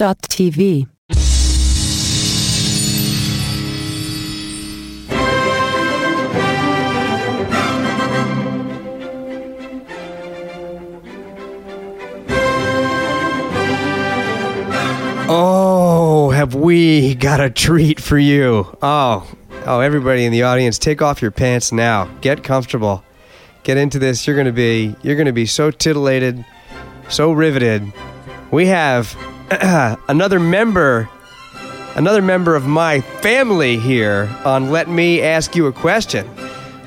Mood.tv. Oh, have we got a treat for you? Oh, oh, everybody in the audience, take off your pants now. Get comfortable. Get into this. You're gonna be you're gonna be so titillated, so riveted. We have another member, another member of my family here on Let Me Ask You a Question.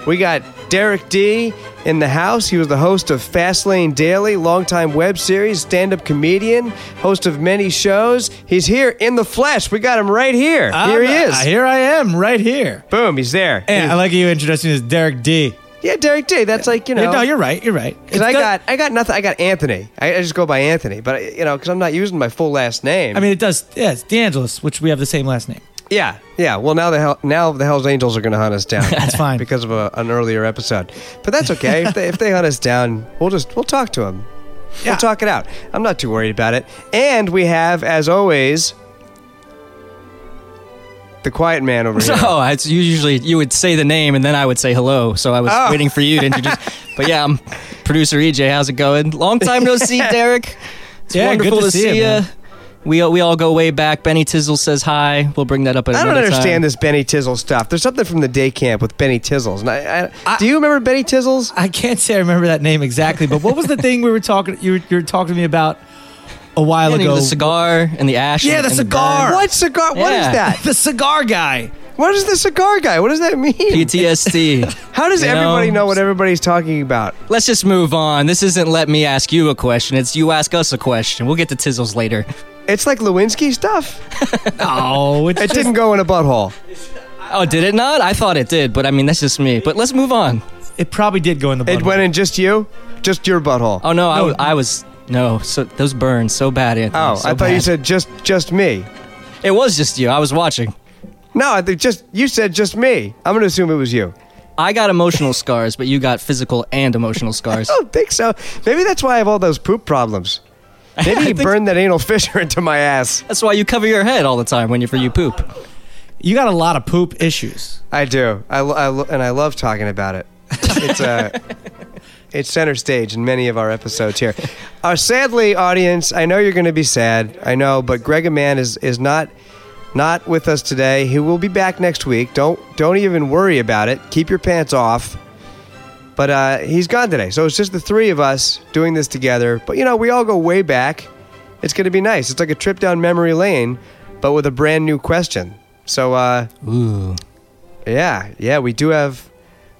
We got Derek D in the house. He was the host of Fastlane Daily, longtime web series, stand up comedian, host of many shows. He's here in the flesh. We got him right here. here he I'm- is. uh, Here I am, right here. Boom, he's there. And I like you introducing as Derek D. yeah, Derek D. That's like, you know. No, you're right. You're right. Cause I got I got nothing. I got Anthony. I, I just go by Anthony, but I, you know, because I'm not using my full last name. I mean, it does. Yeah, it's DeAngelis, which we have the same last name. Yeah, yeah. Well, now the hell, now the Hell's Angels are going to hunt us down. That's fine. because of a, an earlier episode, but that's okay. if, they, if they hunt us down, we'll just we'll talk to them. Yeah. We'll talk it out. I'm not too worried about it. And we have, as always, the quiet man over here. So it's you usually you would say the name and then I would say hello. So I was Oh. waiting for you to introduce. but yeah, I'm producer EJ. How's it going? Long time no see, Derek. It's Yeah, good wonderful to see you, ya. man. We we all go way back. Benny Tizzle says hi. We'll bring that up. At I don't another understand time. this Benny Tizzle stuff. There's something from the day camp with Benny Tizzles. And I, I, I- do you remember Benny Tizzles? I can't say I remember that name exactly, but what was the thing we were talking? You were, you were talking to me about a while And ago. the cigar and the ash. Yeah, and- the and cigar. burn. What cigar? What is Yeah. that? The cigar guy. What is the cigar guy? What does that mean? PTSD. How does You know? everybody know what everybody's talking about? Let's just move on. This isn't let me ask you a question. It's you ask us a question. We'll get to Tizzles later. It's like Lewinsky stuff. Oh, it's It just- didn't go in a butthole. Oh, did it not? I thought it did, but I mean that's just me. But let's move on. it probably did go in the. It butthole. went in just you, just your butthole. Oh no, I No. w I I, was no. So those burn so bad, Anthony. Oh, so I thought you bad. said just just me. it was just you. I was watching. No, I think just you said just me. I'm gonna assume it was you. I got emotional scars, but you got physical and emotional scars. I don't think so. Maybe that's why I have all those poop problems. Maybe he think- burned that anal fissure into my ass. That's why you cover your head all the time when you for you poop. You got a lot of poop issues. I do. I, lo- I lo- and I love talking about it. It's uh, it's center stage in many of our episodes here. Uh, sadly, audience, I know you're going to be sad. I know, but Greg Aman is is not not with us today. He will be back next week. Don't don't even worry about it. Keep your pants off. But uh, he's gone today, so it's just the three of us doing this together. But you know, we all go way back. It's going to be nice. It's like a trip down memory lane, but with a brand new question. So. Uh, Ooh. yeah, yeah, we do have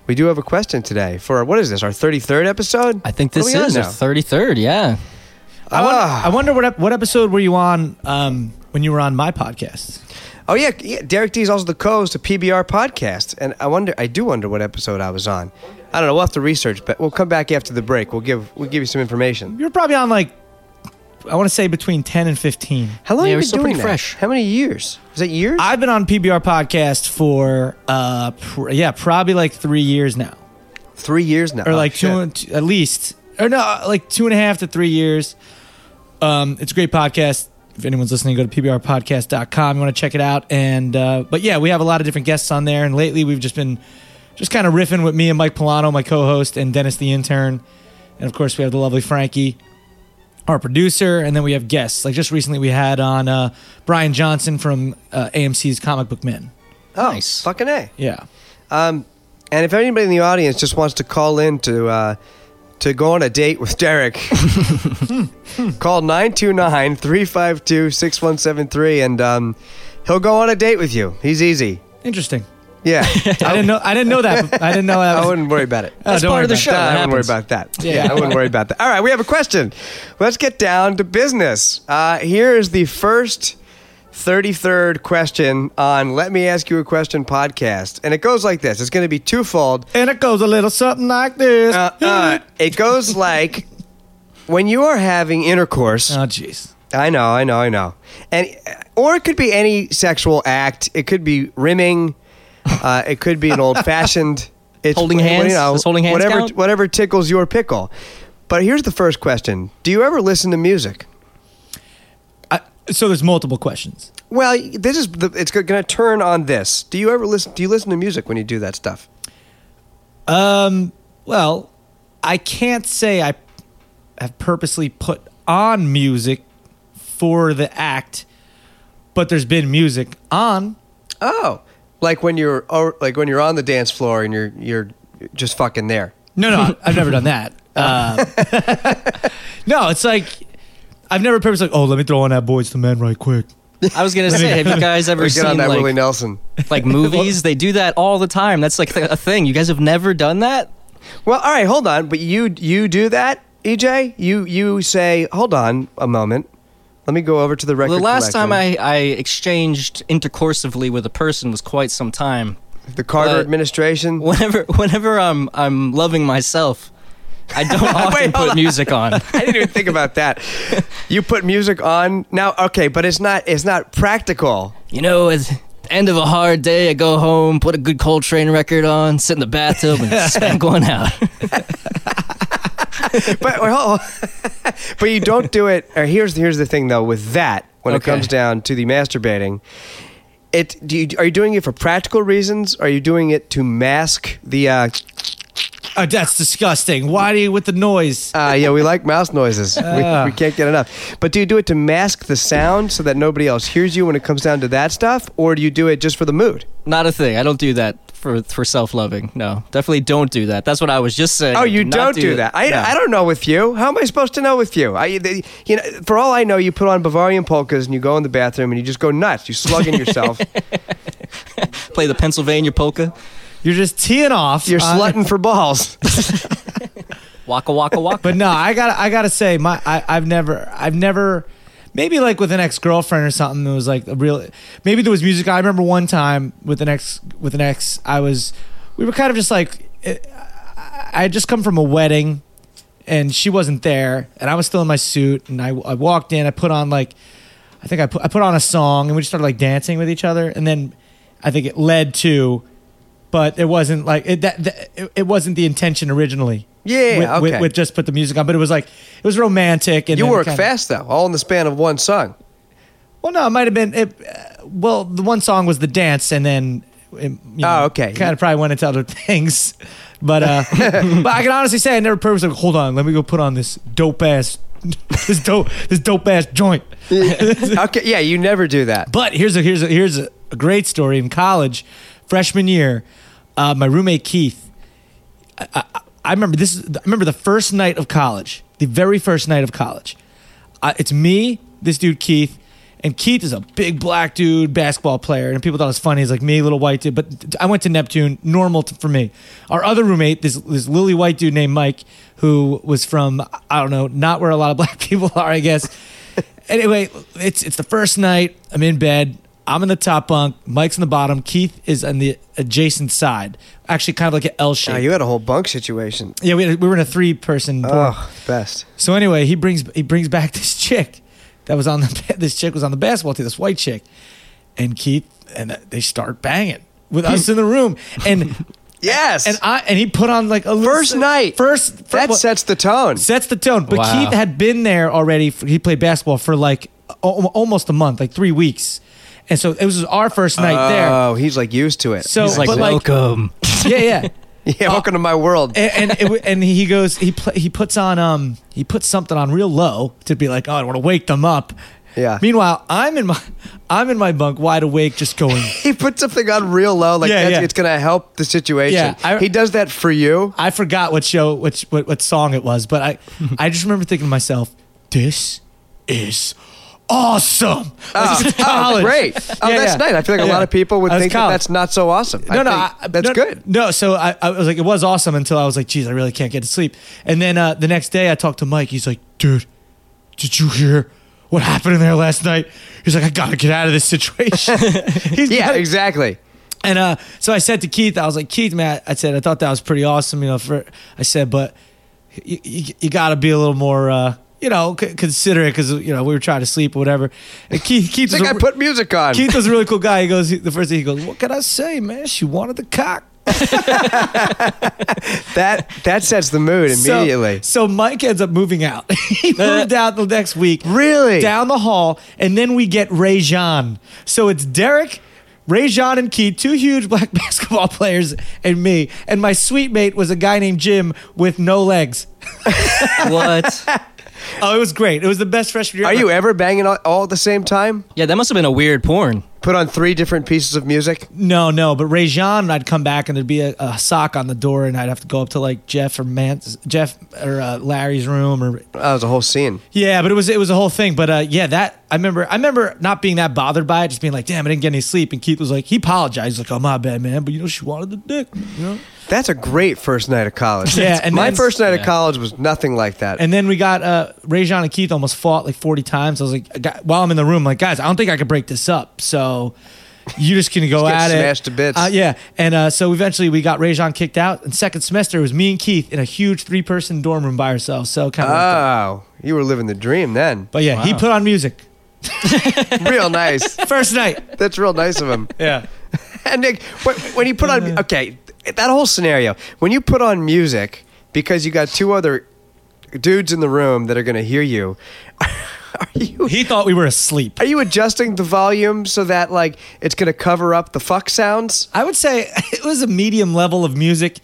we do have a question today for what is this? Our thirty third episode? I think What are this we on is our now? 33rd, yeah. I wonder, Ah. I wonder what ep- what episode were you on um, when you were on my podcast? Oh yeah, yeah, Derek D is also the co-host of PBR podcast, and I wonder, I do wonder what episode I was on. I don't know. We'll have to research, but we'll come back after the break. We'll give we'll give you some information. You were probably on like I want to say between ten and fifteen. How long Yeah, have you we're been still doing pretty that? fresh. How many years? Is that years? I've been on PBR podcast for uh pr- yeah probably like three years now, Three years now, or Oh, like two, shit. and- t- at least, or no, uh, like two and a half to three years. Um, it's a great podcast. If anyone's listening, go to pbrpodcast.com. You want to check it out, and uh, but yeah, we have a lot of different guests on there, and lately we've just been just kind of riffing with me and Mike Polano, my co-host, and Dennis the intern, and of course we have the lovely Frankie. Our producer, and then we have guests. Like just recently, we had on uh, Brian Johnson from uh, AMC's Comic Book Men. Oh, Nice. fucking a. Yeah. Um, and if anybody in the audience just wants to call in to uh, to go on a date with Derek, call 929-352-6173 and um, he'll go on a date with you. He's easy. Interesting. Yeah. I didn't know. I didn't know that. I didn't know Oh. that. I Was, wouldn't Oh, worry about it. That's part of the show. No, I Oh. That wouldn't worry happens. about that. Yeah. Yeah. I wouldn't worry about that. All right, we have a question. Let's get down to business. Uh, here is the first 33rd question on Let Me Ask You a Question podcast. And it goes like this it's going to be twofold. and it goes a little something like this. Uh, uh, it goes like when you are having intercourse. oh, jeez. I know, I know, I know. And or it could be any sexual act. It could be rimming. Uh, it could be an old fashioned. It's Holding well, hands? Does holding hands Whatever, count? whatever tickles your pickle. But here's the first question: Do you ever listen to music? I, So there's multiple questions. Well, this is the, it's going to turn on this. Do you ever listen? Do you listen to music when you do that stuff? Um, well, I can't say I have purposely put on music for the act, but there's been music on. Oh, like when you're oh, like when you're on the dance floor and you're you're just fucking there. No, no, I've never done that. Um, no, it's like I've never purposely like, oh, let me throw on that boys to men right quick. I was gonna say, have you guys ever Or get seen on that Willie like, Nelson. like movies? They do that all the time. That's like a thing. You guys have never done that. Well, all right, hold on. But you you do that, EJ. You you say, hold on a moment. Let me go over to the record. The last time collection." I, I exchanged intercorsively with a person was quite some time. the Carter uh, administration. Whenever whenever I'm I'm loving myself, I don't often Wait, hold put on. music on. I didn't even think about that. You put music on now, okay, but it's not it's not practical. You know, at the end of a hard day, I go home, put a good Coltrane record on, sit in the bathtub, and spank one out. but well, but you don't do it. Or here's here's the thing though with that when it Okay. comes down to the masturbating, it do you, are you doing it for practical reasons? Are you doing it to mask the? Uh, Oh, that's disgusting. Why do you with the noise? uh, yeah, we like mouse noises. we, we can't get enough. But do you do it to mask the sound so that nobody else hears you when it comes down to that stuff, or do you do it just for the mood? Not a thing. I don't do that for for self loving. No, definitely don't do that. That's what I was just saying. Oh, you Do not don't do that. I, No. I don't know with you. How am I supposed to know with you? I, they, you know, for all I know, you put on Bavarian polkas and you go in the bathroom and you just go nuts. You slugging yourself. play the Pennsylvania polka. You're just teeing off. You're on- slutting for balls. Waka waka waka. But no, I got I gotta say, my I, I've never I've never maybe like with an ex girlfriend or something that was like a real maybe there was music. I remember one time with an ex with an ex, I was we were kind of just like I I had just come from a wedding and she wasn't there and I was still in my suit and I, I walked in, I put on like I think I put I put on a song and we just started like dancing with each other and then I think it led to but it wasn't like it that, that it, it wasn't the intention originally. Yeah, with, with- okay. with just put the music on, but it was like it was romantic. And You then it work kinda- fast though, all in the span of one song. Well, no, it might have been. It, uh, well, the one song was the dance, and then. It, Oh, okay. Kind of probably went into other things, but uh, but I can honestly say I never purposely. Hold on, let me go put on this dope ass, this dope this dope ass joint. okay, yeah, you never do that. But here's a here's a here's a, a great story in college, freshman year. Uh, my roommate Keith, I, I, I remember this. is- I remember the first night of college, the very first night of college. Uh, it's me, this dude Keith, and Keith is a big black dude, basketball player, and people thought it was funny. He's like me, little white dude. But I went to Neptune, normal t- for me. Our other roommate, this this lily white dude named Mike, who was from I don't know, not where a lot of black people are, I guess. anyway, it's it's the first night. I'm in bed. I'm in the top bunk. Mike's in the bottom. Keith is on the adjacent side, actually kind of like an L shape. Now, you had a whole bunk situation. yeah, we, had- we were in a three person. Oh, best. So anyway, he brings he brings back this chick that was on the this chick was on the basketball team, this white chick, and Keith and they start banging with us in the room, and Yes. and I and he put on like a little- First night. first fir- that well, sets the tone. sets the tone. But Wow. Keith had been there already. For, he played basketball for like al- almost a month, like three weeks, and so it was our first night there. Oh, he's like used to it. So It's like but welcome. like eh, yeah yeah. yeah, welcome to my world. and and, it, w- and he goes he pl- he puts on um he puts something on real low to be like oh I want to wake them up. Yeah. Meanwhile, I'm in my I'm in my bunk wide awake just going he put something on real low, like Yeah, that's, yeah. it's gonna help the situation. Yeah, I- he does that for you. I forgot what show which what, what song it was, but I I just remember thinking to myself this is awesome. This is college. great. Oh, Yeah, that's yeah. nice. I feel like a Yeah. lot of people would That was think that college. that's not so awesome. I no, no, think I- that's no, good. No, so I, I was like, it was awesome until I was like, geez, I really can't get to sleep. And then uh, the next day, I talked to Mike. He's like, dude, did you hear what happened in there last night? He's like, I gotta get out of this situation. He's Yeah, gotta- exactly. and uh, so I said to Keith, I was like, Keith, man, I said, I thought that was pretty awesome, you know. For I said, but you, you, you got to be a little more, uh, you know, c- considerate because you know we were trying to sleep or whatever. And Keith, Keith, I was think I a- put music on. Keith was a really cool guy. He goes, the first thing he goes, what can I say, man? She wanted the cock. That that sets the mood So- immediately. Uh, So, Mike ends up moving out. he moved out the next week. Really? Down the hall. And then we get Ray Jean. So it's Derek, Ray Jean, and Keith, two huge black basketball players, and me. And my sweet mate was a guy named Jim with no legs. What? Oh, it was great. It was the best freshman year. Are ever. you ever banging all, all at the same time? Yeah, that must have been a weird porn. Put on three different pieces of music. No, no, but Ray Jean, I'd come back and there'd be a, a sock on the door, and I'd have to go up to like Jeff or Mance, Jeff or uh, Larry's room, or That was a whole scene. yeah. But it was it was a whole thing. But uh, yeah, that I remember. I remember not being that bothered by it, just being like, damn, I didn't get any sleep. And Keith was like, he apologized, He's like, oh my bad, man. But you know, she wanted the dick, you know. That's a great first night of college. Yeah, and my then- first night of yeah. college was nothing like that. And then we got uh, Ray Jean and Keith almost fought like forty times. I was like, gu- while I'm in the room, like guys, I don't think I could break this up. So. You just gonna go Just get at it, smashed to bits. Uh, yeah, and uh, so eventually we got Rajon kicked out. And second semester, it was me and Keith in a huge three-person dorm room by ourselves. So kind of, oh, you were living the dream then. but yeah, he wow. put on music real nice. first night. That's real nice of him. Yeah, And Nick, when, when you put on okay, that whole scenario when you put on music because you got two other dudes in the room that are going to hear you. Are you he thought we were asleep. are you adjusting the volume so that like it's going to cover up the fuck sounds? I would say it was a medium level of music,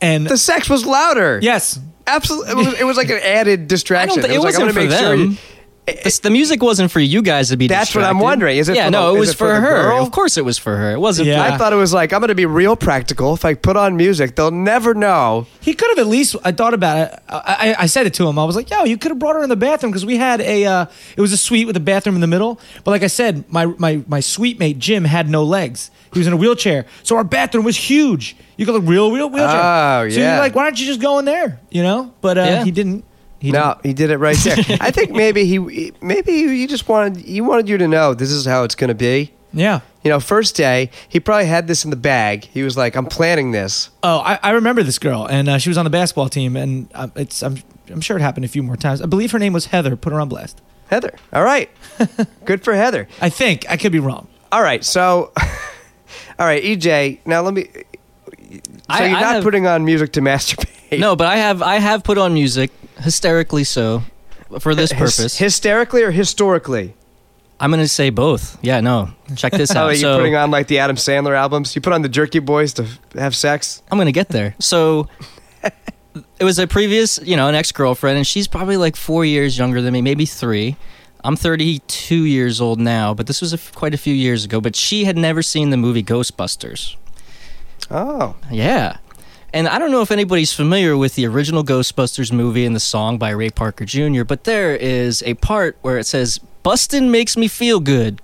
and The sex was louder. yes, absolutely. It was, it was like an added I distraction. don't think it it, was wasn't like, I'm gonna for make sure them. you- This- the music wasn't for you guys to be. That's what I'm distracted. wondering. Is it Yeah, for no, the- is it was it for, for the her. girl? Of course, it was for her. It wasn't. Yeah. For, I thought it was like I'm going to be real practical. If I put on music, they'll never know. He could have at least. I thought about it. I, I, I said it to him. I was like, "Yo, you could have brought her in the bathroom because we had a. Uh, it was a suite with a bathroom in the middle. But like I said, my my my suite mate Jim had no legs. He was in a wheelchair, so our bathroom was huge. You got a real real wheelchair. Oh, So yeah. you're like, why don't you just go in there? You know. But uh, Yeah. he didn't. He No, he did it right there. I think maybe he maybe he just wanted he wanted you to know this is how it's going to be. Didn't. Yeah. You know, first day he probably had this in the bag. He was like, "I'm planning this." Oh, I, I remember this girl, and uh, she was on the basketball team, and uh, it's I'm I'm sure it happened a few more times. I believe her name was Heather. Put her on blast. Heather, all right, good for Heather. I think I could be wrong. All right, so all right, EJ. Now let me. So I- you're I not have- putting on music to masturbate. no, but I have. I have put on music hysterically so for this Hys- purpose. hysterically or historically? I'm gonna say both. Yeah. No. Check this How out. are you Uh, so putting on like the Adam Sandler albums? You put on the Jerky Boys to f- have sex? I'm gonna get there. So it was a previous, you know, an ex girlfriend, and she's probably like four years younger than me, maybe three. I'm 32 years old now, but this was a f quite a few years ago. But she had never seen the movie Ghostbusters. Oh, Yeah. And I don't know if anybody's familiar with the original Ghostbusters movie and the song by Ray Parker Jr., but there is a part where it says, Bustin' makes me feel good.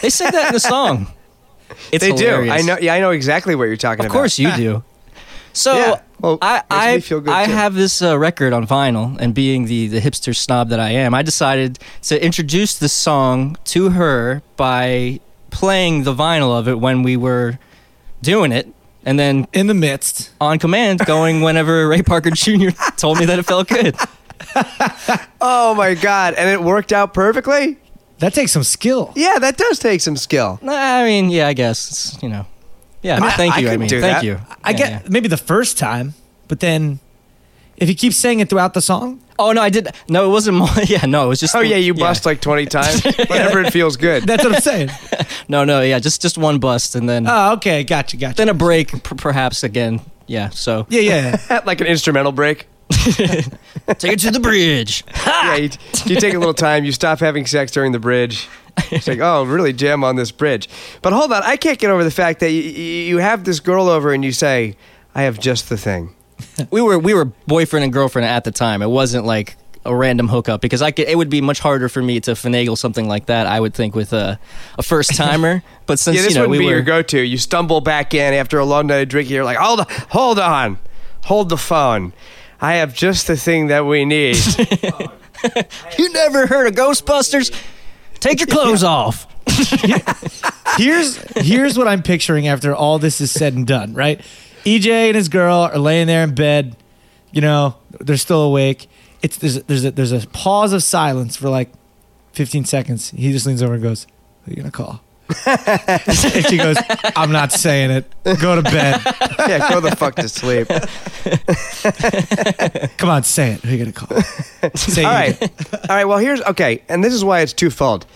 They say that in the song. It's they hilarious. do. I know. Yeah, I know exactly what you're talking Of about. course you do. So Yeah. Well, I makes me I, feel good, I too. have this uh, record on vinyl, and being the the hipster snob that I am, I decided to introduce this song to her by playing the vinyl of it when we were doing it, and then In the midst, on command going whenever Ray Parker Jr. told me that it felt good. Oh my god! And it worked out perfectly. that takes some skill. Yeah, that does take some skill. Nah, I mean, yeah, I guess it's, you know, yeah. mean, I- thank I you. I, couldn't mean, do thank that. you. I Yeah, get yeah. maybe the first time, but then if he keeps saying it throughout the song, Oh no, I did. No, it wasn't. More, yeah, no, it was just. Oh the- yeah, you bust like 20 times. Whenever it feels good. that's what I'm saying. No, no, yeah, just just one bust, and then Ah. oh, okay, gotcha, gotcha. then a break p- perhaps again yeah so yeah, yeah. like an instrumental break. take it to the bridge Yeah, you, you take a little time. You stop having sex during the bridge. It's like, oh, really jam on this bridge. But hold on, I can't get over the fact that you, you have this girl over and you say, I have just the thing. we were we were boyfriend and girlfriend at the time it wasn't like a random hookup because i could it would be much harder for me to finagle something like that i would think with a, a first timer but since Yeah, this you know wouldn't we be were your go-to. You stumble back in after a long night of drinking. You're like, hold on, hold on, hold the phone. I have just the thing that we need. you never heard of ghostbusters take your clothes off Here's here's what I'm picturing after all this is said and done. Right, EJ and his girl are laying there in bed. You know, they're still awake. It's there's a- there's a, there's a pause of silence for like 15 seconds. He just leans over and goes, "Who are you gonna call?" and she goes, I'm not saying it. Go to bed. yeah, go the fuck to sleep. Come on, say it. Who you gonna call? Say All it. right. All right. Well, here's okay. And this is why it's twofold.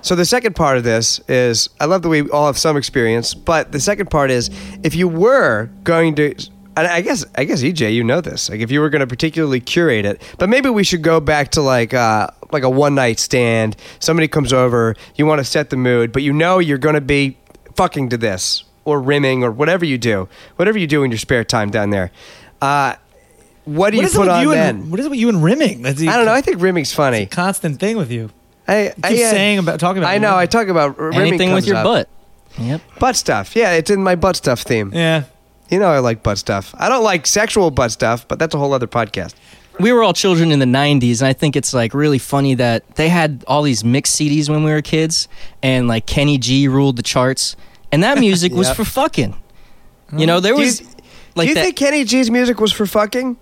So the second part of this is I love that we all have some experience, but the second part is if you were going to and I guess I guess EJ, you know this. Like if you were going to particularly curate it, but maybe we should go back to like uh like a one night stand. Somebody comes over, you want to set the mood, but you know you're going to be fucking to this or rimming or whatever you do, whatever you do in your spare time down there. Uh, what do What you is it put with on you then? and what is it with you and rimming? That's the I don't know. I think rimming's funny. constant thing with you. I I, keep uh, saying about talking about. I know. I rimming. talk about r- rimming Anything with comes your up. butt. Yep. Butt stuff. Yeah, it's in my butt stuff theme. yeah. You know, I like butt stuff. I don't like sexual butt stuff, but that's a whole other podcast. we were all children in the 90s and i think it's like really funny that they had all these mixed cds when we were kids and like kenny g ruled the charts and that music was Yep. Mm. for fucking you know there Do you- was Do like you that think Kenny G's music was for fucking?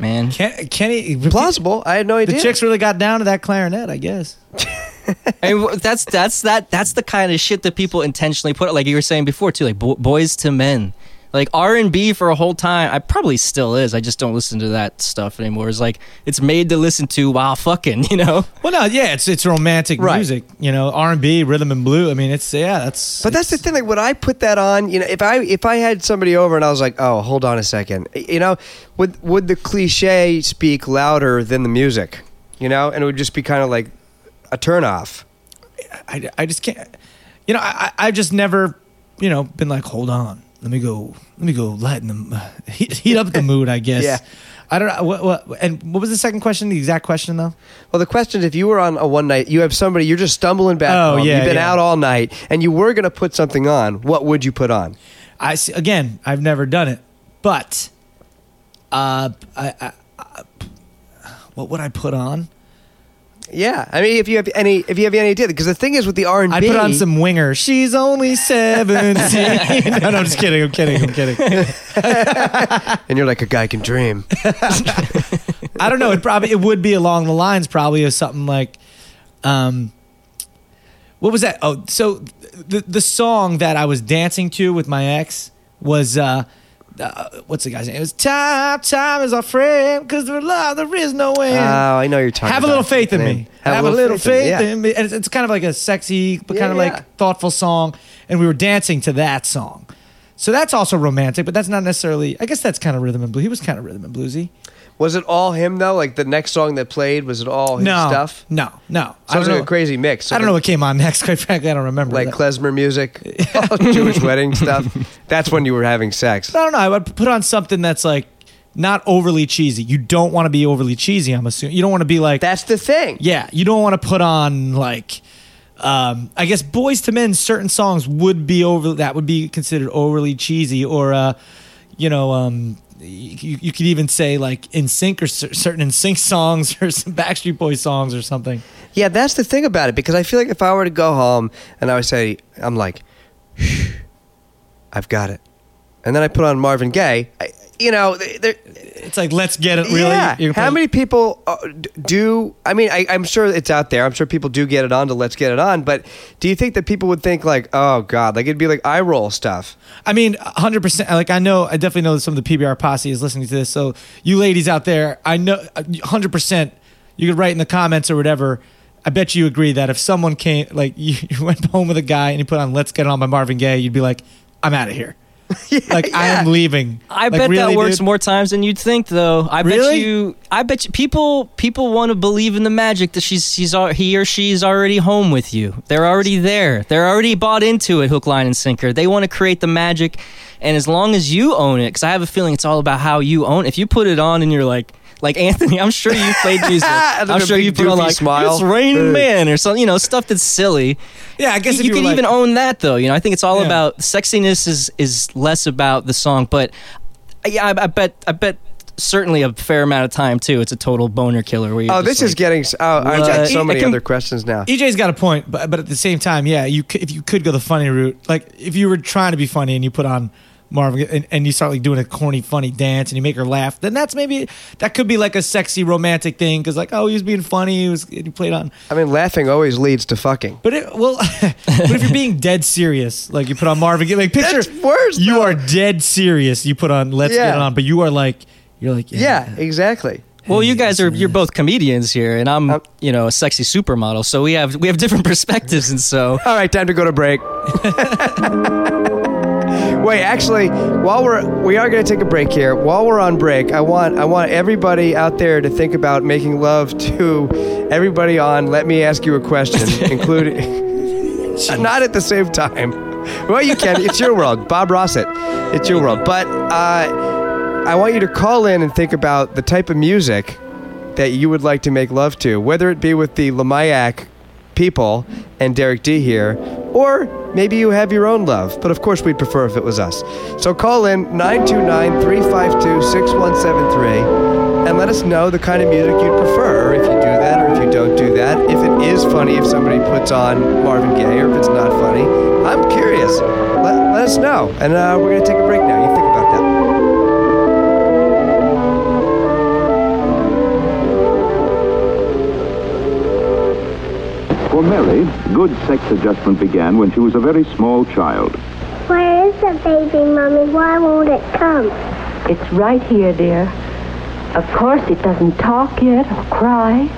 man Ken, Kenny. Plausible. I had no The idea. chicks really got down to that clarinet, I guess. I mean, wh- that's that's that that's the kind of shit that people intentionally put like you were saying before too like bo- boys to men like r&b for a whole time i probably still is i just don't listen to that stuff anymore it's like it's made to listen to while fucking you know Well, no, yeah, it's it's romantic Right. music, you know, R and B, rhythm and blue. I mean, it's yeah, that's. But that's the thing. Like when I put that on, you know, if I if I had somebody over and I was like, oh, hold on a second, you know, would would the cliche speak louder than the music? You know, and it would just be kind of like a turnoff. I, I just can't. You know, I I- I've just never, you know, been like, hold on, let me go, let me go, lighten the m- heat, heat up the mood. I guess. Yeah. I don't know. What, what, and what was the second question? The exact question, though. Well, the question is, if you were on a one night, you have somebody, you're just stumbling back Oh, home. yeah, You've been yeah. out all night, and you were going to put something on. What would you put on? I see, again, I've never done it, but uh, I, I, I- what would I put on? Yeah, I mean, if you have any, if you have any idea, because the thing is with the R and I'd put on some winger. She's only seventeen. no, no, I'm just kidding. I'm kidding. I'm kidding. and you're like a guy can dream. I don't know. It probably it would be along the lines probably of something like, um, what was that? Oh, so the the song that I was dancing to with my ex was uh. Uh, what's the guy's name? It was time. Time is our friend because there love there is no oh, end. I know you're talking. have a about little faith in Man, me. Have, a little faith, in, me. And it's, it's kind of like a sexy, but Yeah, kind of yeah. like thoughtful song. And we were dancing to that song. So that's also romantic, but that's not necessarily. I guess that's kind of rhythm and blues. He was kind of rhythm and bluesy. yeah. Was it all him though? Like the next song that played, was it all his no stuff? No, no. I Sounds don't like know. a crazy mix. I don't know what came on next. Quite frankly, I don't remember. like that. klezmer music, Jewish wedding stuff. That's when you were having sex. I don't know. I would put on something that's like not overly cheesy. You don't want to be overly cheesy. I'm assuming you don't want to be like That's the thing. Yeah, you don't want to put on like um I guess boys to men certain songs would be over that would be considered overly cheesy or uh you know um you, you could even say like in sync or cer- certain in sync songs or some Backstreet Boys songs or something. Yeah, that's the thing about it because I feel like if I were to go home and I would say, I'm like, "Shh, I've got it. And then I put on Marvin Gaye, I, you know, th- there- It's like let's get it Uh, really. yeah. You're How gonna many people uh, d- do? I mean, I, I'm sure it's out there. I'm sure people do get it on to Let's Get It On, but do you think that people would think, like, oh, God, like it'd be like eye roll stuff? I mean, 100%. Like, I know, I definitely know that some of the PBR posse is listening to this. So, you ladies out there, I know 100%. You could write in the comments or whatever. I bet you agree that if someone came, like, you, you went home with a guy and you put on Let's Get It On by Marvin Gaye, you'd be like, I'm out of here. like, I am leaving. I Like, bet really, that works dude? more times than you'd think, though. I Really? bet you. I bet you, people people want to believe in the magic that she's she's al- he or she's already home with you. They're already there. They're already bought into it, hook, line, and sinker. They want to create the magic, and as long as you own it, because I have a feeling it's all about how you own. it. If you put it on and you're like. Like Anthony, I'm sure you played Jesus. And then I'm a sure big you put on doofy like smile. it's Rain Hey. Man or something, you know, stuff that's silly Yeah, I guess if you, were can like- even own that though. You know, I think it's all Yeah. about sexiness is is less about the song, but uh, yeah, I, I bet I bet certainly a fair amount of time too. It's a total boner killer. Where you're Oh, just this like, is getting. s- Oh, I've got What? so I many can- other questions now. EJ's E got a point, but but at the same time, yeah, you could, if you could go the funny route, like if you were trying to be funny and you put on Marvin, and, and you start like doing a corny, funny dance, and you make her laugh, then that's maybe that could be like a sexy, romantic thing because like oh he was being funny, he was he played on. I mean, laughing always leads to fucking. But it well, but if you're being dead serious, like you put on Marvin, Gaye, like picture That's worse, You though. are dead serious. You put on Let's Yeah. Get It On, but you are like you're like Yeah, exactly. Well, you guys are you're both comedians here, and I'm you know a sexy supermodel, so we have we have different perspectives, and so All right, time to go to break. Wait, actually, while we're we are going to take a break here. While we're on break, I want I want everybody out there to think about making love to everybody on Let Me Ask You a Question, including not at the same time. Well, you can. It's your world, Bob Rossett. It's your world. But uh, I want you to call in and think about the type of music that you would like to make love to, whether it be with the Lamayak people and Derek D here, or maybe you have your own love, but of course we'd prefer if it was us. So call in 929 352 6173 and let us know the kind of music you'd prefer, or if you do that, or if you don't do that, if it is funny if somebody puts on Marvin Gaye, or if it's not funny. I'm curious. Let, let us know. And uh, we're going to take a break now. You think about that. For Mary, good sex adjustment began when she was a very small child. Where is the baby, Mommy? Why won't it come? It's right here, dear. Of course, it doesn't talk yet, or cry,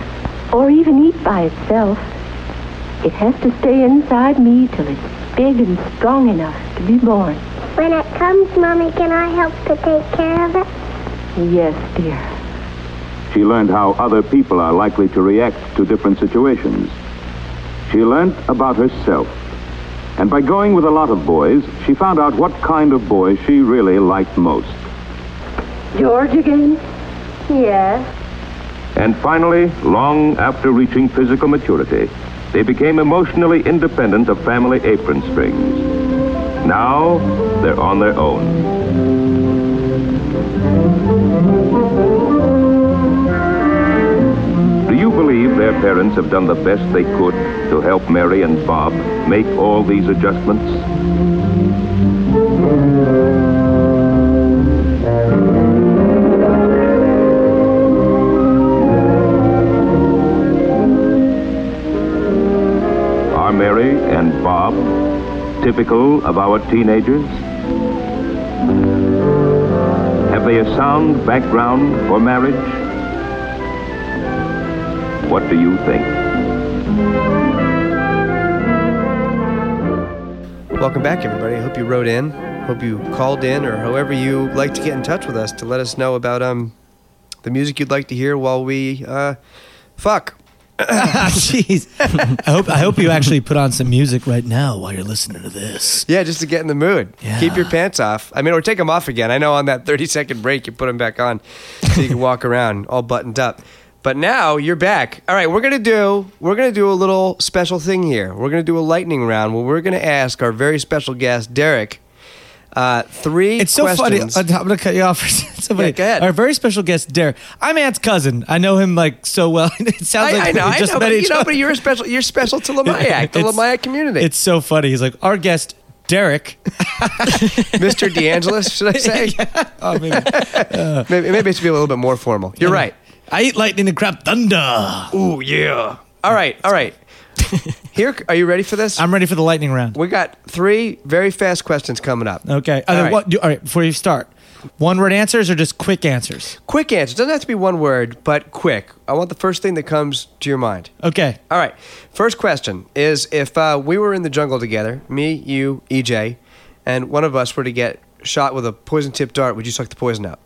or even eat by itself. It has to stay inside me till it's big and strong enough to be born. When it comes, Mommy, can I help to take care of it? Yes, dear. She learned how other people are likely to react to different situations. She learned about herself. And by going with a lot of boys, she found out what kind of boy she really liked most. George again? Yes. And finally, long after reaching physical maturity, they became emotionally independent of family apron strings. Now, they're on their own. Do you believe their parents have done the best they could to help Mary and Bob make all these adjustments? Are Mary and Bob typical of our teenagers? Have they a sound background for marriage? What do you think? Welcome back, everybody. I hope you wrote in. Hope you called in, or however you like to get in touch with us to let us know about um the music you'd like to hear while we uh fuck. Jeez, I hope I hope you actually put on some music right now while you're listening to this. Yeah, just to get in the mood. Yeah. Keep your pants off. I mean, or take them off again. I know on that thirty second break you put them back on so you can walk around all buttoned up. But now you're back. All right, we're gonna do we're gonna do a little special thing here. We're gonna do a lightning round where we're gonna ask our very special guest Derek uh, three It's so questions. funny. Uh, I'm gonna cut you off. For somebody. Yeah, go ahead. Our very special guest, Derek. I'm Ant's cousin. I know him like so well. it sounds I, like I know, we I just know, met but, each you know, other. but you're special. You're special to Lamayak, the It's- Lamayak community. It's so funny. He's like our guest, Derek. Mr. DeAngelis, should I say? Oh, maybe. maybe, maybe it should be a little bit more formal. You're right. I eat lightning and crap thunder. Ooh yeah. All right, all right. Here, are you ready for this? I'm ready for the lightning round. we got three very fast questions coming up. Okay. All Uh, right. what- do- all right. Before you start, one word answers or just quick answers? Quick answer. Doesn't have to be one word, but quick. I want the first thing that comes to your mind. Okay. All right. First question is if uh, we were in the jungle together, me, you, EJ, and one of us were to get shot with a poison tipped dart, would you suck the poison out?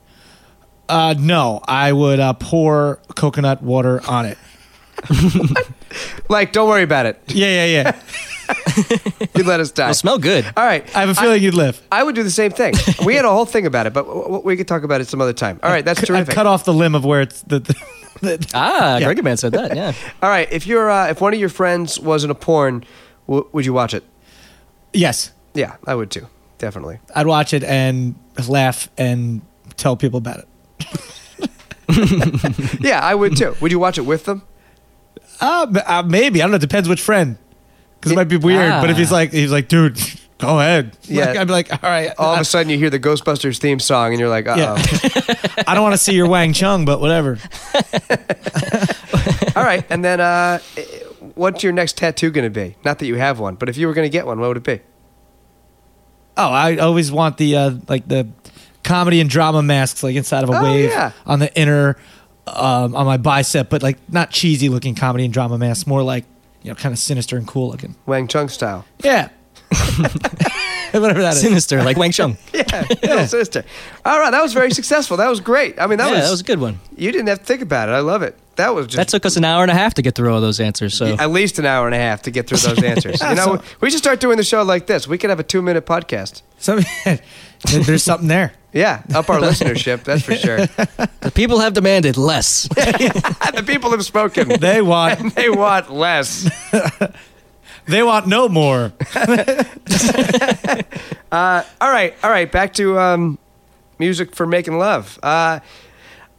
Uh, no, I would uh, pour coconut water on it. Like, don't worry about it. Yeah, yeah, yeah. You let us die. it'll smell good. All right. I have a feeling you'd live. I would do the same thing. We had a whole thing about it, but w- w- we could talk about it some other time. All right, that's I've terrific. cut off the limb of where it's the. the, the Ah, yeah. Man said that. Yeah, All right, if you're uh, if one of your friends was in a porn, w- would you watch it? yes, Yeah, I would too. Definitely. I'd watch it and laugh and tell people about it. Yeah, I would too. Would you watch it with them? Ah, Uh, m- uh, maybe I don't know. Depends which friend, because it might be weird. But if he's Ah. like, he's like, dude, go ahead. Yeah. Like, I'd be like, all right. All of I, a sudden, you hear the Ghostbusters theme song, and you're like, uh yeah. oh. I don't want to see your Wang Chung, but whatever. All right, and then uh, what's your next tattoo going to be? Not that you have one, but if you were going to get one, what would it be? Oh, I always want the uh, like the comedy and drama masks like inside of a Oh, wave yeah. on the inner um, on my bicep, but like not cheesy looking comedy and drama masks, more like you know kind of sinister and cool looking. Wang Chung style. Yeah, whatever that is. Sinister, like Wang Chung. yeah, Yeah, little sister. All right, that was very successful. That was great. I mean, that, was, that was a good one. You didn't have to think about it. I love it. That was just That took us an hour and a half to get through all those answers. So at least an hour and a half to get through those answers. you know, we should start doing the show like this. We could have a two minute podcast. So, there's something there. Yeah, up our listenership, that's for sure. the people have demanded less. the people have spoken. They want They want less. they want no more. All right, all right. Back to um, music for making love. Uh,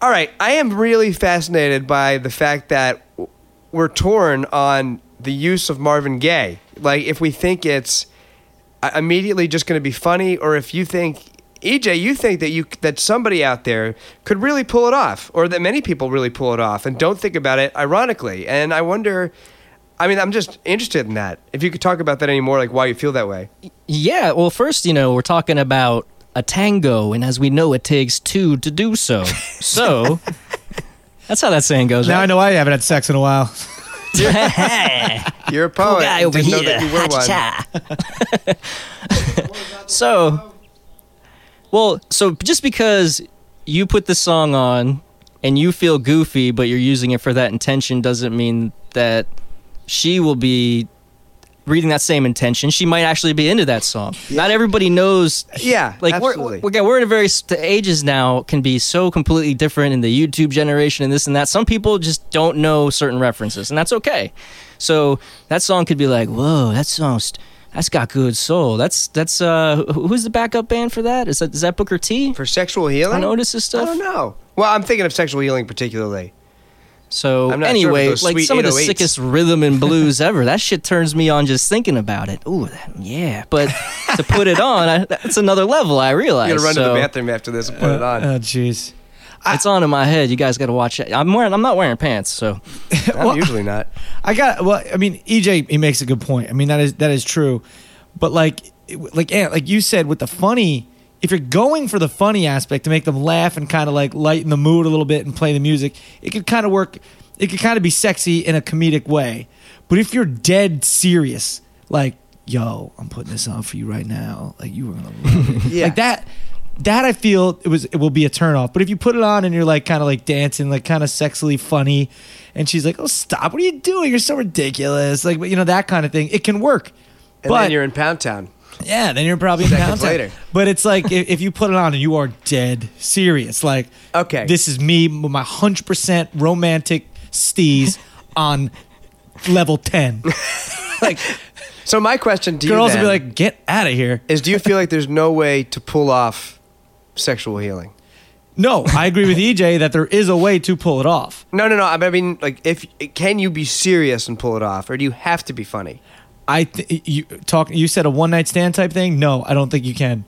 all right, I am really fascinated by the fact that w- we're torn on the use of Marvin Gaye. Like, if we think it's uh, immediately just going to be funny, or if you think EJ, you think that you that somebody out there could really pull it off, or that many people really pull it off, and don't think about it ironically. And I wonder. I mean, I'm just interested in that. If you could talk about that anymore, like why you feel that way. Yeah, well, first, you know, we're talking about a tango, and as we know, it takes two to do so. So that's how that saying goes. Now I right? know I haven't had sex in a while. You're a poet. guy over Oh, Didn't know here. that you were one. so, well, so just because you put the song on and you feel goofy, but you're using it for that intention, doesn't mean that she will be reading that same intention. She might actually be into that song. Not everybody knows. Yeah, like we're, absolutely. we're again, we're in a very the ages now can be so completely different in the YouTube generation and this and that. Some people just don't know certain references, and that's okay. So that song could be like, "Whoa, that song's that's got good soul." That's that's uh, who- who's the backup band for that? Is that is that Booker T? For sexual healing? On Otis's stuff? I don't know. Well, I'm thinking of sexual healing particularly. So I'm not sure if anyway, those like sweet some of the 808s. sickest rhythm and blues ever. That shit turns me on just thinking about it. Ooh, that, yeah. But to put it on, I, that's another level. I realize. I'm going to run to So the bathroom after this and put it on. Oh jeez. It's on in my head. You guys got to watch it. I'm wearing. I'm not wearing pants. So I'm usually not. I got well. I mean, EJ he makes a good point. I mean that is that is true, but like it- like Ant, like you said with the funny, if you're going for the funny aspect to make them laugh and kind of like lighten the mood a little bit and play the music, it could kind of work. It could kind of be sexy in a comedic way, but if you're dead serious, like yo, I'm putting this on for you right now, like you were gonna love it. Yeah. like that. That I feel it was it will be a turnoff. But if you put it on and you're like kind of like dancing, like kind of sexily funny, and she's like, "Oh, stop! What are you doing? You're so ridiculous!" Like, but you know that kind of thing. It can work. And but then you're in Pound Town. yeah, then you're probably in Seconds downtown. later. But it's like if, if you put it on and you are dead serious, like Okay. this is me, with my hundred percent romantic steez on level ten. like So my question to girls you will then be like, "Get out of here!" is do you feel like there's no way to pull off sexual healing? No, I agree with EJ that there is a way to pull it off. No, no, no. I mean, like, if can you be serious and pull it off, or do you have to be funny? I th- you talk. You said a one night stand type thing. No, I don't think you can.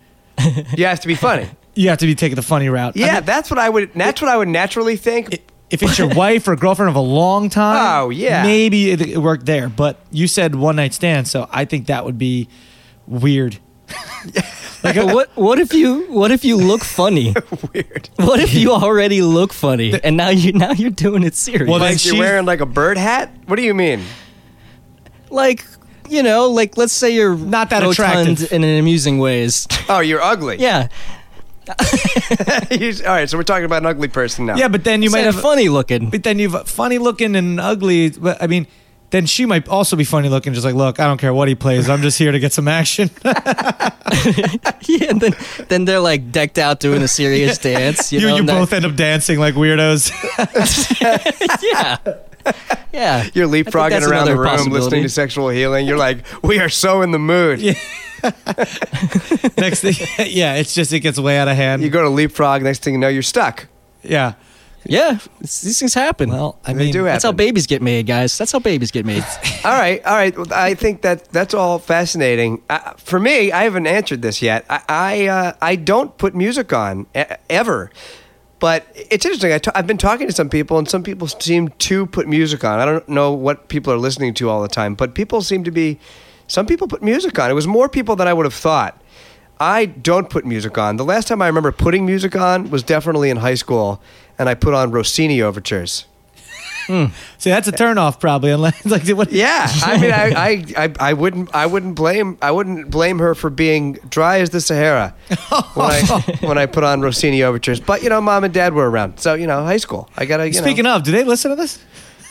You have to be funny. You have to be taking the funny route. I Yeah, mean, that's what I would. That's what I would naturally think. if it's your wife or girlfriend of a long time, Oh, yeah. maybe it, it worked there. But you said one night stand, so I think that would be weird. Like, what what if you what if you look funny? Weird. What if you already look funny and now you now you're doing it serious? Well, Like And you're she's- wearing like a bird hat. What do you mean? like you know, like let's say you're Not that rotund attractive. in an amusing ways. Oh, you're ugly. yeah, You- All right, so we're talking about an ugly person now. Yeah, but then you might Said have funny looking. But then you've funny looking and ugly. But I mean, then she might also be funny looking. Just like, look, I don't care what he plays. I'm just here to get some action. yeah, and then then they're like decked out doing a serious dance. You, you know, you and that- both end up dancing like weirdos. yeah, yeah. You're I think leapfrogging that's around the another room listening possibility. to sexual healing. You're like, we are so in the mood. Next thing, yeah, it's just it gets way out of hand. You go to leapfrog, next thing you know, you're stuck. yeah. Yeah, it's- these things happen. Well, I They mean, do that's how happen. babies get made, guys. That's how babies get made. All right, all right. Well, I think that that's all fascinating. Uh, for me, I haven't answered this yet. I I, uh, I don't put music on e- ever, but it's interesting. i t- I've been talking to some people, and some people seem to put music on. I don't know what people are listening to all the time, but people seem to be. Some people put music on. It was more people than I would have thought. I don't put music on. The last time I remember putting music on was definitely in high school, and I put on Rossini overtures. See, that's a turnoff probably. Unless like what? Yeah, I mean, I, I, I, I wouldn't, I wouldn't blame, I wouldn't blame her for being dry as the Sahara when I when I put on Rossini overtures. But you know, mom and dad were around, so you know, high school. I gotta. You Speaking know, of, do they listen to this?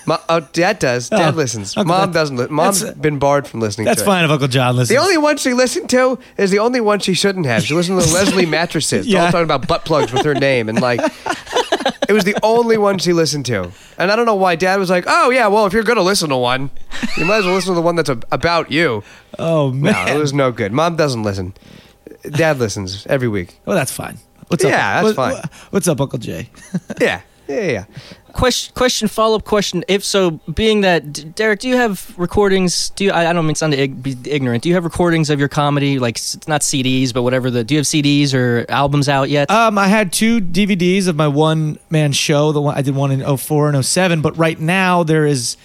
Mo- oh, dad does. Dad Oh, listens. okay, mom that's- doesn't. Li- Mom's that's- uh, been barred from listening. That's to it. fine if Uncle John listens. The only one she listened to is the only one she shouldn't have. She listened to Leslie Mattresses. Yeah. All talking about butt plugs with her name and like it was the only one she listened to. And I don't know why dad was like, Oh yeah, well if you're gonna listen to one, you might as well listen to the one that's a- about you. oh No, man. it was no good. Mom doesn't listen. Dad listens every week. well, that's fine. What's up? Yeah, that's fine. What's up, Uncle Jay? Yeah. Yeah, yeah, yeah. question, question, follow up question. If so, being that D- Derek, do you have recordings? Do you? I, I don't mean to sound ig- be ignorant. Do you have recordings of your comedy? Like s- not CDs, but whatever the. Do you have CDs or albums out yet? Uh, Um, I had two DVDs of my one man show. The one I did one in 04 and 07, but right now there is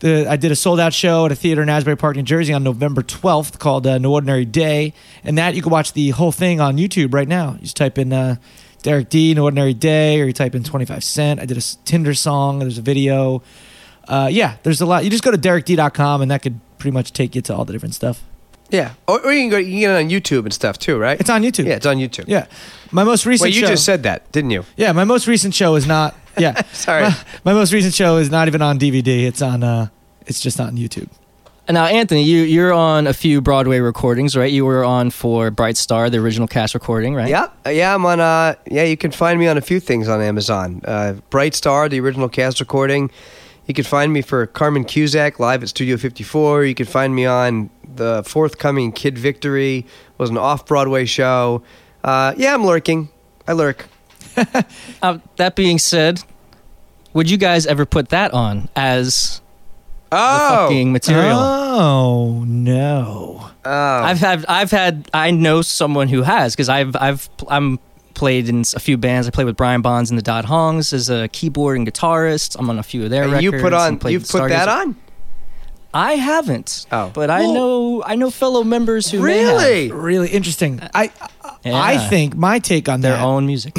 the I did a sold out show at a theater in Asbury Park, New Jersey on November 12th called uh, No Ordinary Day, and that you can watch the whole thing on YouTube right now. You just type in uh, Derek D No Ordinary Day, or you type in 25 Cent. I did a s- Tinder song. There's a video. Uh, yeah, there's a lot. You just go to DerekD.com, and that could pretty much take you to all the different stuff. Yeah. Or, or you can go you can get it on YouTube and stuff too, right? It's on YouTube. Yeah, it's on YouTube. Yeah, my most recent. Wait, you show- just said that, didn't you? Yeah, my most recent show is not. Yeah, Sorry. My, my most recent show is not even on DVD. It's on. uh It's just on YouTube. now, Anthony, you you're on a few Broadway recordings, right? You were on for Bright Star, the original cast recording, right? Yeah, uh, yeah, I'm on. Uh, yeah, you can find me on a few things on Amazon. Uh, Bright Star, the original cast recording. You can find me for Carmen Cusack live at Studio 54. You can find me on the forthcoming Kid Victory. Was an off Broadway show. Uh, yeah, I'm lurking. I lurk. Uh, that being said, would you guys ever put that on as the Oh, fucking material? Oh no! uh, Oh. I've had I've had I know someone who has because I've I've I'm played in a few bands. I played with Brian Bonds and the Dot Hongs as a keyboard and guitarist. I'm on a few of their And records. you put on. and played You with put that Stargazer. on. I haven't. Oh. but I Well- know I know fellow members who may have Really? Really interesting. I I- Yeah. I think my take on their that, own music.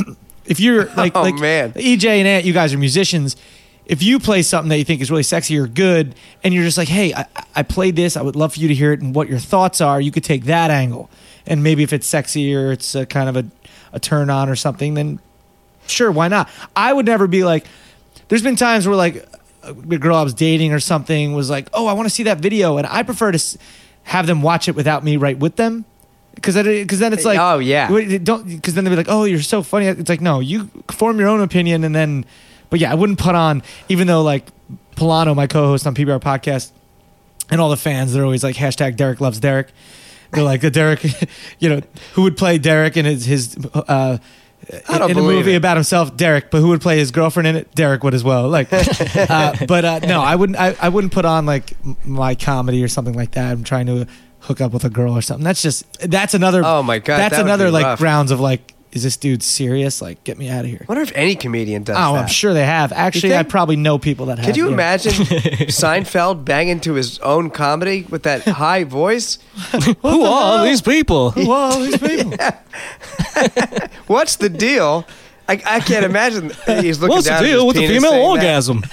If you're like Oh, like man. EJ and Ant, you guys are musicians. If you play something that you think is really sexy or good, and you're just like, hey, I, I played this. I would love for you to hear it and what your thoughts are. You could take that angle, and maybe if it's sexy or it's a kind of a, a turn on or something, then sure, why not? I would never be like, there's been times where like a girl I was dating or something was like, oh, I want to see that video, and I prefer to s- have them watch it without me right with them, because because then it's like, Oh, yeah. wait, don't because then they'd be like, oh, you're so funny. It's like no, you form your own opinion, and then, but yeah, I wouldn't put on even though like Polano, my co-host on PBR podcast, and all the fans, they're always like hashtag Derek loves Derek. They're like the Derek, you know, who would play Derek in his his uh, I don't in a believe movie it. about himself, Derek, but who would play his girlfriend in it? Derek would as well. Like, uh, but uh, no, I wouldn't. I, I wouldn't put on like m- my comedy or something like that. I'm trying to hook up with a girl or something. That's just that's another. Oh, my God, that's that would another be like rough. rounds of like, is this dude serious? Like, get me out of here. I wonder if any comedian does. Oh, that. I'm sure they have. Actually, think? I probably know people that have. Could you yeah. imagine Seinfeld banging to his own comedy with that high voice? who are all these people? Whoa, these people. What's the deal? I, I can't imagine he's looking What's the down at deal his with the penis female saying that. orgasm?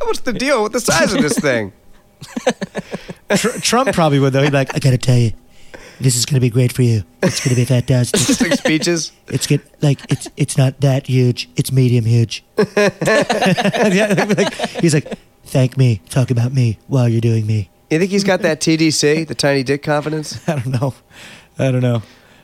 What's the deal with the size of this thing? Tr- Trump probably would though. He'd be like, I gotta tell you, this is gonna be great for you. It's gonna be fantastic. Six speeches. It's good. Like it's it's not that huge. It's medium huge. yeah, like, He's like, thank me. Talk about me while you're doing me. You think he's got that TDC, the tiny dick confidence? I don't know. I don't know.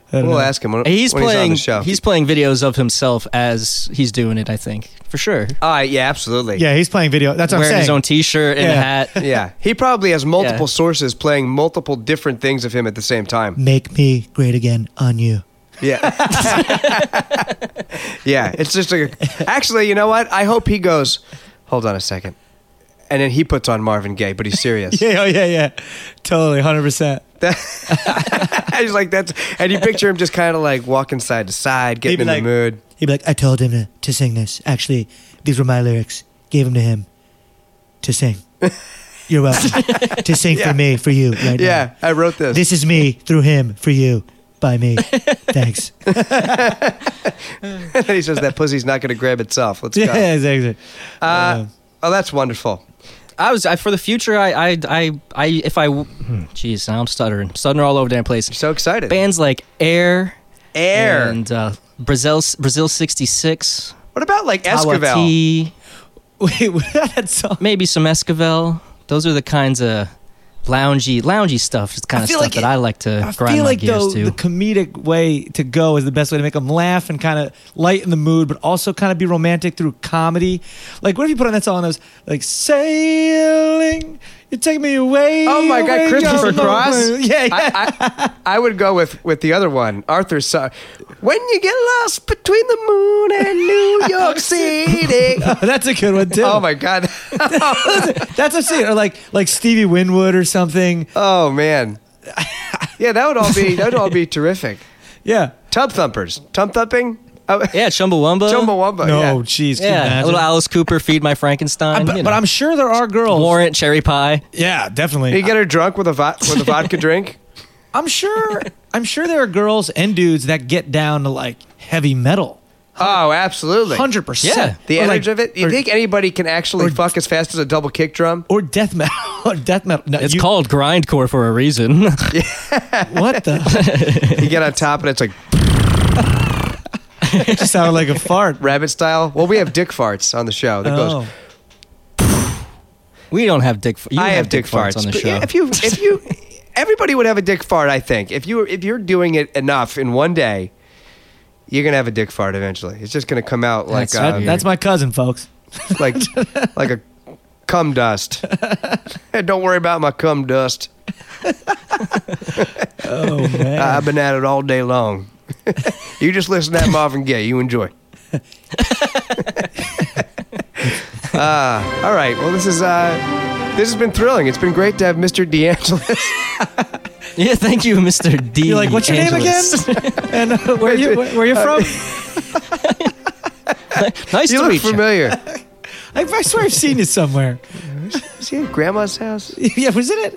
I don't We'll know. ask him when, He's when he's on playing. the He's, show. playing videos of himself as he's doing it. I think for sure. All right, Ah, yeah, absolutely. Yeah, he's playing video. That's what I'm Wearing saying. his own T-shirt and a Yeah. hat. Yeah. He probably has multiple sources playing multiple different things of him at the same time. Make me great again on you. Yeah. yeah. It's just like, actually, you know what? I hope he goes, hold on a second. And then he puts on Marvin Gaye, but he's serious. Yeah, oh, yeah, yeah. Totally, 100%. he's like, that's, and you picture him just kind of like walking side to side, getting He'd in be like- the mood. He'd be like, I told him to, to sing this. Actually, these were my lyrics. Gave them to him to sing. You're welcome. to sing Yeah. for me, for you, right Yeah, I wrote now. this. This is me through him, for you, by me. Thanks. and he says, that pussy's not going to grab itself. Let's go. Yeah, exactly. Uh, Um, oh, that's wonderful. I was I, for the future. I I I, I if I w- Hmm. jeez now I'm stuttering, stuttering all over the damn place. So excited. Bands like Air, Air. and uh, Brazil Brazil '66, what about like Esquivel? Awati, Wait, what that song? maybe some Esquivel. Those are the kinds of loungy loungy stuff. It's the kind I of feel stuff like that it- I like to I grind feel my like gears though to. the comedic way to go is the best way to make them laugh and kind of lighten the mood, but also kind of be romantic through comedy. Like, what if you put on that song that was like sailing? You take me away. Oh my God, away, Christopher you're the Cross? one." Yeah, yeah. I, I, I would go with, with the other one, Arthur. So- when you get lost between the moon and New York City. That's a good one too. oh my God. That's a scene, or like like Stevie Winwood or something. Oh man. Yeah, that would all be that would all be terrific. Yeah. Tub thumpers, tub thumping. Oh, yeah, Chumbawamba. Chumbawamba. No, yeah. jeez. can you Yeah, imagine? a little Alice Cooper, Feed My Frankenstein. I- but, you but know. I'm sure there are girls. Warrant, Cherry Pie. Yeah, Did definitely. you get her drunk with a vo- with a vodka drink? I'm sure. I'm sure there are girls and dudes that get down to like heavy metal. Oh, absolutely. Hundred percent. Yeah. The or energy like- of it. You or, think anybody can actually or- fuck as fast as a double kick drum? or death metal? or death metal? No, It's you- called grindcore for a reason. what the? You get on top and it's like it just sounded like a fart. rabbit style. Well, we have dick farts on the show. That goes. Oh. we don't have dick. You I have, dick farts on the but show. If you, if you, everybody would have a dick fart. I think if you, if you're doing it enough in one day, you're gonna have a dick fart eventually. It's just gonna come out like That's um, weird. That's my cousin, folks. like like a cum dust. Hey, Don't worry about my cum dust. Oh man. I- I've been at it all day long. you just listen to that Marvin Gaye. You enjoy. uh, all right. Well, this is uh, this has been thrilling. It's been great to have Mr. D'Angelo. yeah, thank you, Mr. D. You're like, what's your Angelis. name again? and uh, where you where, where you from? nice you to look meet you. familiar. I, I swear I've seen you somewhere. Is he at Grandma's house? yeah, was it at,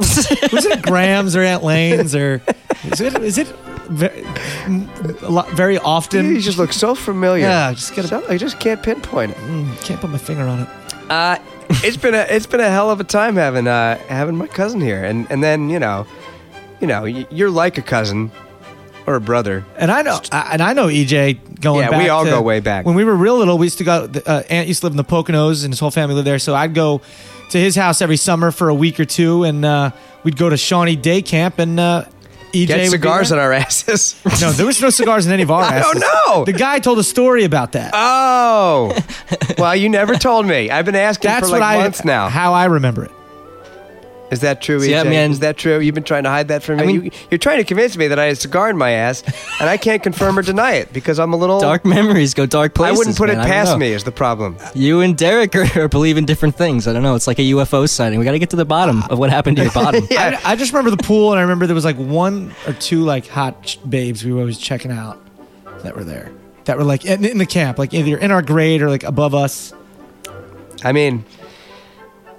was it at Graham's or Aunt Lane's or is it is it very, a lot, very often? He just looks so familiar. Yeah, just gotta- So- I just can't pinpoint it. Can't put my finger on it. Uh, it's been a it's been a hell of a time having uh, having my cousin here, and and then you know, you know, y- you're like a cousin or a brother. And I know, I, and I know EJ going. Yeah, back we all to- go way back. When we were real little, we used to go. Uh, Aunt used to live in the Poconos, and his whole family lived there. So I'd go to his house every summer for a week or two, and uh, we'd go to Shawnee Day Camp, and uh, EJ Get would be cigars there. on our asses. No, there was no cigars in any of our I asses. don't know. The guy told a story about that. oh, well, you never told me. I've been asking That's for like what I months now. How I remember it. Is that true? Yeah, EJ? man. Is that true? You've been trying to hide that from me. mean- you, you're trying to convince me that I had a cigar in my ass, and I can't confirm or deny it because I'm a little. Dark memories go dark I places. wouldn't put it man. I don't past know. me. Is the problem? You and Derek are, are believing different things. I don't know. It's like a UFO sighting. We got to get to the bottom of what happened to your bottom. Yeah. I, I just remember the pool, and I remember there was like one or two like hot ch- babes we were always checking out that were there, that were like in, in the camp, like either in our grade or like above us. I mean,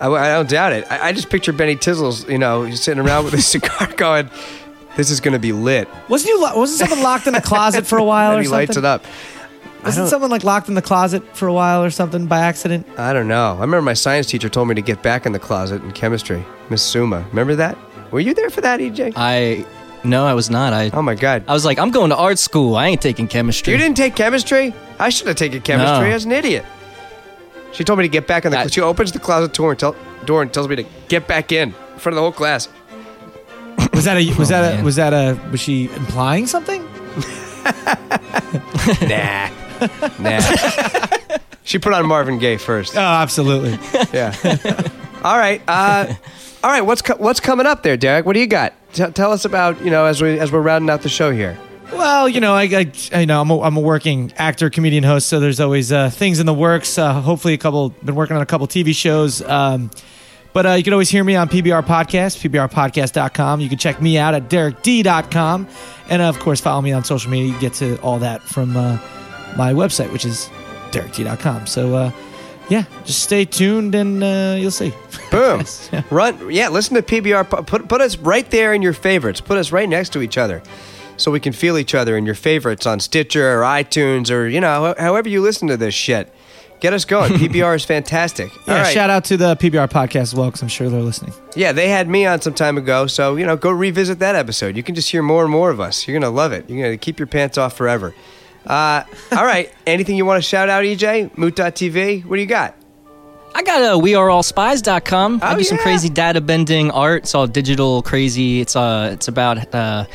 I, I don't doubt it. I, I just picture Benny Tizzles, you know, he's sitting around with a cigar going, this is going to be lit. Wasn't you? lo- Wasn't someone locked in a closet for a while And Oh, or he something? lights it up. Wasn't someone like locked in the closet for a while or something by accident? I don't know. I remember my science teacher told me to get back in the closet in chemistry. Miss Suma. Remember that? Were you there for that, Uh, EJ? I no, I was not. I oh, my God. I was like, I'm going to art school. I ain't taking chemistry. you didn't take chemistry? I should have taken chemistry No. as an idiot. She told me to get back in the I- She opens the closet door and, tell, door and tells me to get back in in front of the whole class. Was that a? Was Oh, that a? man. Was that a? Was she implying something? Nah. nah. She put on Marvin Gaye first. Oh, absolutely. Yeah. all right. Uh, all right. What's co- what's coming up there, Derek? What do you got? T- tell us about you know as we as we're rounding out the show here. Well, you know, I, I, I know I'm a, I'm a working actor, comedian, host, so there's always uh, things in the works. Uh, hopefully, a couple been working on a couple TV shows. Um, but uh, you can always hear me on PBR Podcast, PBRpodcast.com. You can check me out at DerekD.com. And uh, of course, follow me on social media. You can get to all that from uh, my website, which is DerekD.com. So, uh, yeah, just stay tuned and uh, you'll see. Boom. Run. Yeah, listen to PBR. po- Put, put us right there in your favorites. Put us right next to each other so we can feel each other in your favorites on Stitcher or iTunes or, you know, ho- however you listen to this shit. Get us going. PBR is fantastic. Yeah, All right. shout out to the PBR Podcast as well, because I'm sure they're listening. Yeah, they had me on some time ago, so, you know, go revisit that episode. You can just hear more and more of us. You're going to love it. You're going to keep your pants off forever. Uh, all right. Anything you want to shout out, E EJ? Moot.tv? What do you got? I got a weareallspies.com. I Oh, do some yeah. crazy data bending art. It's all digital, crazy. It's uh, it's about uh,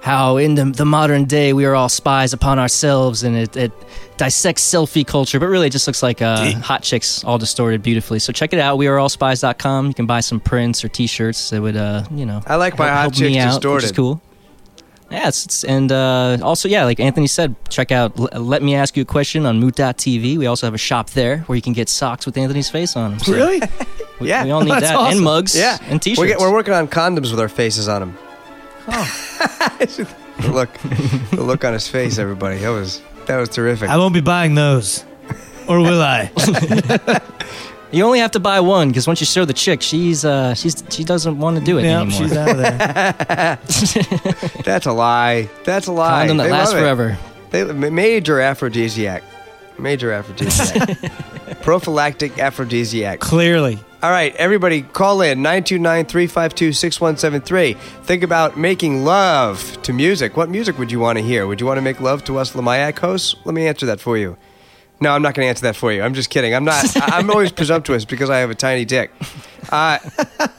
how in the, the modern day we are all spies upon ourselves, and it, it dissects selfie culture. But really, it just looks like uh, hot chicks all distorted beautifully. So check it out. Weareallspies.com. You can buy some prints or T-shirts that would uh, you know. I like my help- hot help chicks me out, Which is distorted. cool. Yeah, it's, it's, and uh, also yeah, like Anthony said, check out L- Let Me Ask You a Question on Moot.tv. We also have a shop there where you can get socks with Anthony's face on them. So Really? we, Yeah. we all need That's that awesome. and mugs, Yeah. and T-shirts. We're, get- we're working on condoms with our faces on them. Oh. look, the look on his face, everybody. That was that was terrific. I won't be buying those. Or will I? you only have to buy one because once you show the chick, she's uh, she's she doesn't want to do it Yeah, anymore. she's out of there. That's a lie. That's a lie. Condom that They lasts love it. forever. They, ma- major aphrodisiac. Major aphrodisiac. Prophylactic aphrodisiac. Clearly. All right, everybody, call in 929 352 6173. Think about making love to music. What music would you want to hear? Would you want to make love to us Lamayak hosts? Let me answer that for you. No, I'm not going to answer that for you. I'm just kidding. I'm not. I- I'm always presumptuous because I have a tiny dick. Uh,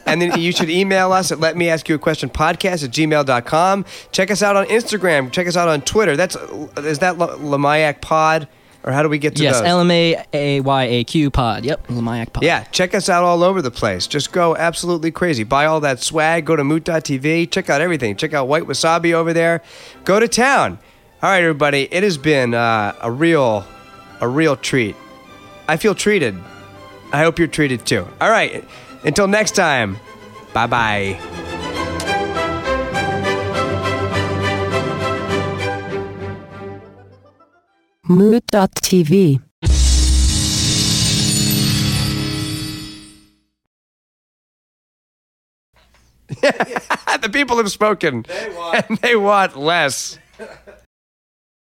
and then you should email us at let me ask you a question podcast at gmail.com. Check us out on Instagram. Check us out on Twitter. That's Is that La- Lamayak Pod? Or how do we get to Yes, those? LMAAYAQ pod. Yep, Lamayak pod. Yeah, check us out all over the place. Just go absolutely crazy. Buy all that swag. Go to moot.tv. Check out everything. Check out White Wasabi over there. Go to town. All right, everybody. It has been uh, a real, a real treat. I feel treated. I hope you're treated too. All right. Until next time. Bye bye. Mood.tv. the people have spoken. They want. And they want less.